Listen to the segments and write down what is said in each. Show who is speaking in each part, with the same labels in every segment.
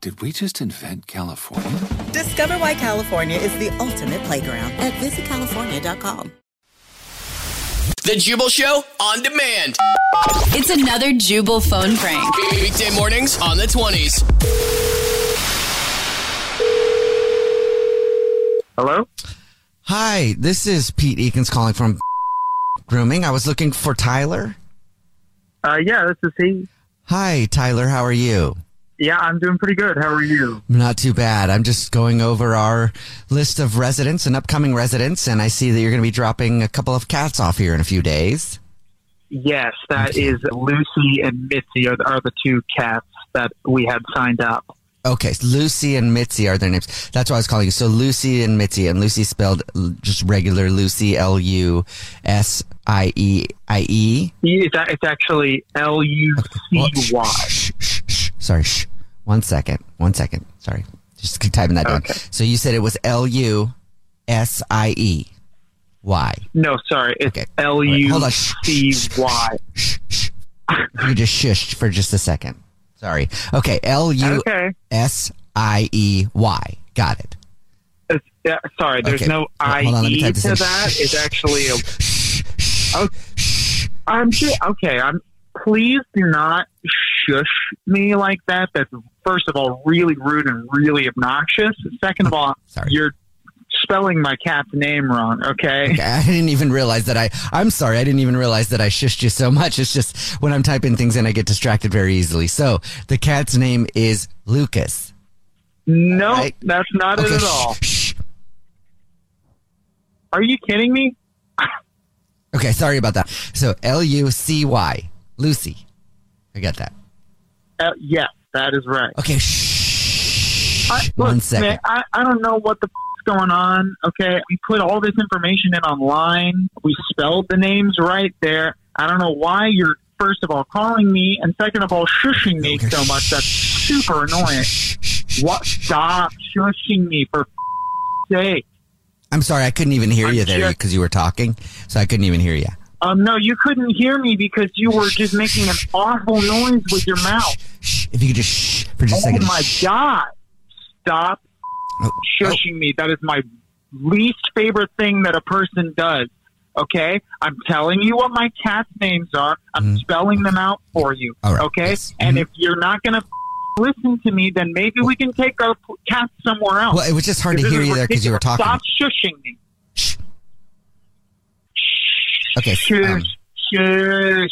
Speaker 1: Did we just invent California?
Speaker 2: Discover why California is the ultimate playground at visitcalifornia.com.
Speaker 3: The Jubal Show on demand.
Speaker 4: It's another Jubal phone prank.
Speaker 3: Weekday mornings on the 20s.
Speaker 5: Hello?
Speaker 6: Hi, this is Pete Eakins calling from Grooming. I was looking for Tyler.
Speaker 5: Uh, yeah, this is he.
Speaker 6: Hi, Tyler. How are you?
Speaker 5: Yeah, I'm doing pretty good. How are you?
Speaker 6: Not too bad. I'm just going over our list of residents and upcoming residents, and I see that you're going to be dropping a couple of cats off here in a few days.
Speaker 5: Yes, that is Lucy and Mitzi are the, are the two cats that we had signed up.
Speaker 6: Okay, so Lucy and Mitzi are their names. That's why I was calling you. So Lucy and Mitzi, and Lucy spelled l- just regular Lucy, L U S I E I E.
Speaker 5: It's, a- it's actually L U
Speaker 6: Well,
Speaker 5: C
Speaker 6: shh,
Speaker 5: Y.
Speaker 6: shh, shh, shh. Sorry, shh. One second. One second. Sorry. Just keep typing that down. So you said it was L U S I E Y.
Speaker 5: No, sorry, it's
Speaker 6: Okay.
Speaker 5: L
Speaker 6: Alright, Hold
Speaker 5: U
Speaker 6: on. Shh,
Speaker 5: C
Speaker 6: shh,
Speaker 5: Y.
Speaker 6: shh, shh, shh. You just shushed for just a second. Sorry. Okay. L U
Speaker 5: Okay.
Speaker 6: S I E Y. Got it.
Speaker 5: It's, yeah, sorry, there's
Speaker 6: Okay.
Speaker 5: no I
Speaker 6: Hold on, let me
Speaker 5: E
Speaker 6: type
Speaker 5: to
Speaker 6: this in.
Speaker 5: that.
Speaker 6: Shh,
Speaker 5: It's
Speaker 6: shh,
Speaker 5: actually a.
Speaker 6: Shh, shh,
Speaker 5: Oh.
Speaker 6: shh.
Speaker 5: I'm ju- okay. I'm. Please do not shush me like that. That's first of all really rude and really obnoxious. Second of all,
Speaker 6: Sorry.
Speaker 5: you're spelling my cat's name wrong. Okay.
Speaker 6: Okay, I didn't even realize that I. I'm sorry. I didn't even realize that I shushed you so much. It's just when I'm typing things in, I get distracted very easily. So the cat's name is Lucas.
Speaker 5: No,
Speaker 6: Right.
Speaker 5: that's not it at all.
Speaker 6: shh, shh.
Speaker 5: Are you kidding me?
Speaker 6: Okay, sorry about that. So L U C Y, Lucy. I got that.
Speaker 5: Uh, yes, that is right.
Speaker 6: Okay, shh.
Speaker 5: I,
Speaker 6: One
Speaker 5: look,
Speaker 6: second.
Speaker 5: man, I, I don't know what the f- is going on. Okay, we put all this information in online. We spelled the names right there. I don't know why you're first of all calling me and second of all shushing me
Speaker 6: Okay,
Speaker 5: so much. That's super annoying.
Speaker 6: Shh, shh, shh.
Speaker 5: What? Stop shushing me for f- sake.
Speaker 6: I'm sorry, I couldn't even hear
Speaker 5: I'm
Speaker 6: you there
Speaker 5: just-
Speaker 6: because you were talking, so I couldn't even hear you.
Speaker 5: Um, no, you couldn't hear me because you were just making an awful noise with your mouth.
Speaker 6: Shh, if you could just shh for just a
Speaker 5: Oh
Speaker 6: second.
Speaker 5: my
Speaker 6: Shh.
Speaker 5: god! Stop
Speaker 6: Oh,
Speaker 5: shushing me. That is my least favorite thing that a person does. Okay, I'm telling you what my cat's names are. I'm
Speaker 6: Mhm.
Speaker 5: spelling them out for you.
Speaker 6: All right,
Speaker 5: Okay,
Speaker 6: yes.
Speaker 5: and
Speaker 6: Mhm.
Speaker 5: if you're not gonna f- listen to me, then maybe we can take our p- cat somewhere else.
Speaker 6: Well, it was just hard to
Speaker 5: This
Speaker 6: hear
Speaker 5: is
Speaker 6: you there because you were
Speaker 5: ridiculous.
Speaker 6: talking.
Speaker 5: Stop shushing me.
Speaker 6: Shh. Okay.
Speaker 5: Shush,
Speaker 6: um,
Speaker 5: shush.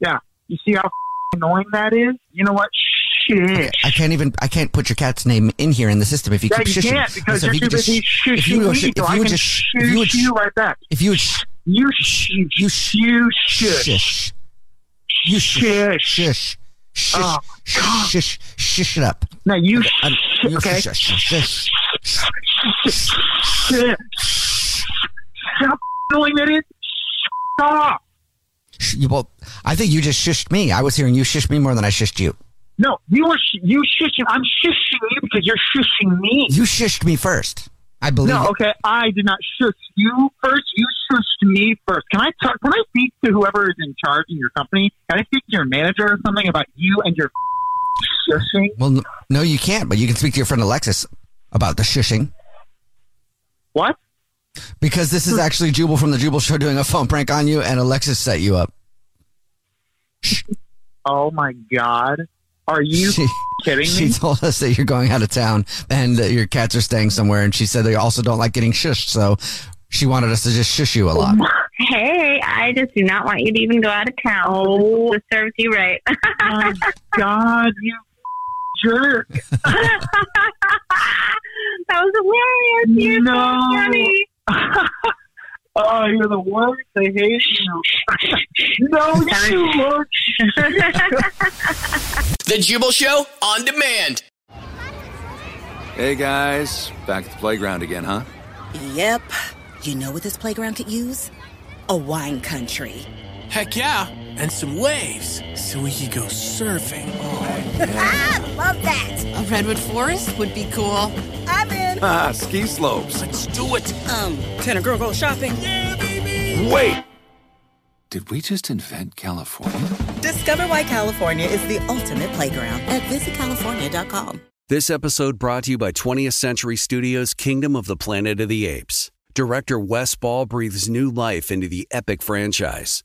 Speaker 5: Yeah, you see how f- annoying that is. You know what? Shit.
Speaker 6: I can't even I can't put your cat's name in here in the system if you
Speaker 5: Yeah,
Speaker 6: keep
Speaker 5: you
Speaker 6: shushing.
Speaker 5: can't because
Speaker 6: So
Speaker 5: you're
Speaker 6: if you
Speaker 5: too
Speaker 6: could just
Speaker 5: busy
Speaker 6: shh- if
Speaker 5: shushing
Speaker 6: you would
Speaker 5: me,
Speaker 6: sh-
Speaker 5: so
Speaker 6: if
Speaker 5: I
Speaker 6: you would
Speaker 5: can
Speaker 6: just
Speaker 5: shush
Speaker 6: if you would sh-
Speaker 5: you right back.
Speaker 6: if you would sh-
Speaker 5: You sh-
Speaker 6: you
Speaker 5: you
Speaker 6: sh-
Speaker 5: shush.
Speaker 6: shush you shush
Speaker 5: Shush.
Speaker 6: shush shush
Speaker 5: Oh,
Speaker 6: shush shush shush it up.
Speaker 5: No, you
Speaker 6: I'm-
Speaker 5: sh-
Speaker 6: you
Speaker 5: okay.
Speaker 6: shush, shush, shush.
Speaker 5: Shit. See how annoying that is? Stop.
Speaker 6: Sh- you both- I think you just shushed me. I was hearing you shush me more than I shushed you.
Speaker 5: No, you were sh- you shushing. I'm shushing you because you're shushing me.
Speaker 6: You shushed me first. I believe.
Speaker 5: No, okay. I did not shush you first. You shushed me first. Can I talk? Can I speak to whoever is in charge in your company? Can I speak to your manager or something about you and your shushing?
Speaker 6: Well, n- no, you can't. But you can speak to your friend Alexis about the shushing
Speaker 5: What?
Speaker 6: because this
Speaker 5: Hmm.
Speaker 6: is actually Jubal from the Jubal Show doing a phone prank on you, and Alexis set you up.
Speaker 5: Oh my God! Are you
Speaker 6: She-
Speaker 5: kidding
Speaker 6: She
Speaker 5: me?
Speaker 6: told us that you're going out of town and that your cats are staying somewhere, and she said they also don't like getting shushed, so she wanted us to just shush you a lot.
Speaker 7: Hey, I just do not want you to even go out of town.
Speaker 5: Oh.
Speaker 7: This serves you right.
Speaker 5: my God! You jerk!
Speaker 7: that was hilarious. You're
Speaker 5: No.
Speaker 7: so funny.
Speaker 5: Oh, you're the worst. I hate you. no, you won't.
Speaker 3: The Jubal Show on demand.
Speaker 1: Hey guys, back at the playground again, huh?
Speaker 2: Yep. You know what this playground could use? A wine country.
Speaker 3: Heck yeah. And some waves so we could go surfing.
Speaker 8: I Ah, love that.
Speaker 4: A redwood forest would be cool.
Speaker 8: I'm in.
Speaker 1: Ah, ski slopes.
Speaker 3: Let's do it.
Speaker 2: Um, can a girl go shopping?
Speaker 1: Wait! Did we just invent California?
Speaker 2: Discover why California is the ultimate playground at visitcalifornia.com.
Speaker 9: This episode brought to you by 20th Century Studios' Kingdom of the Planet of the Apes. Director Wes Ball breathes new life into the epic franchise.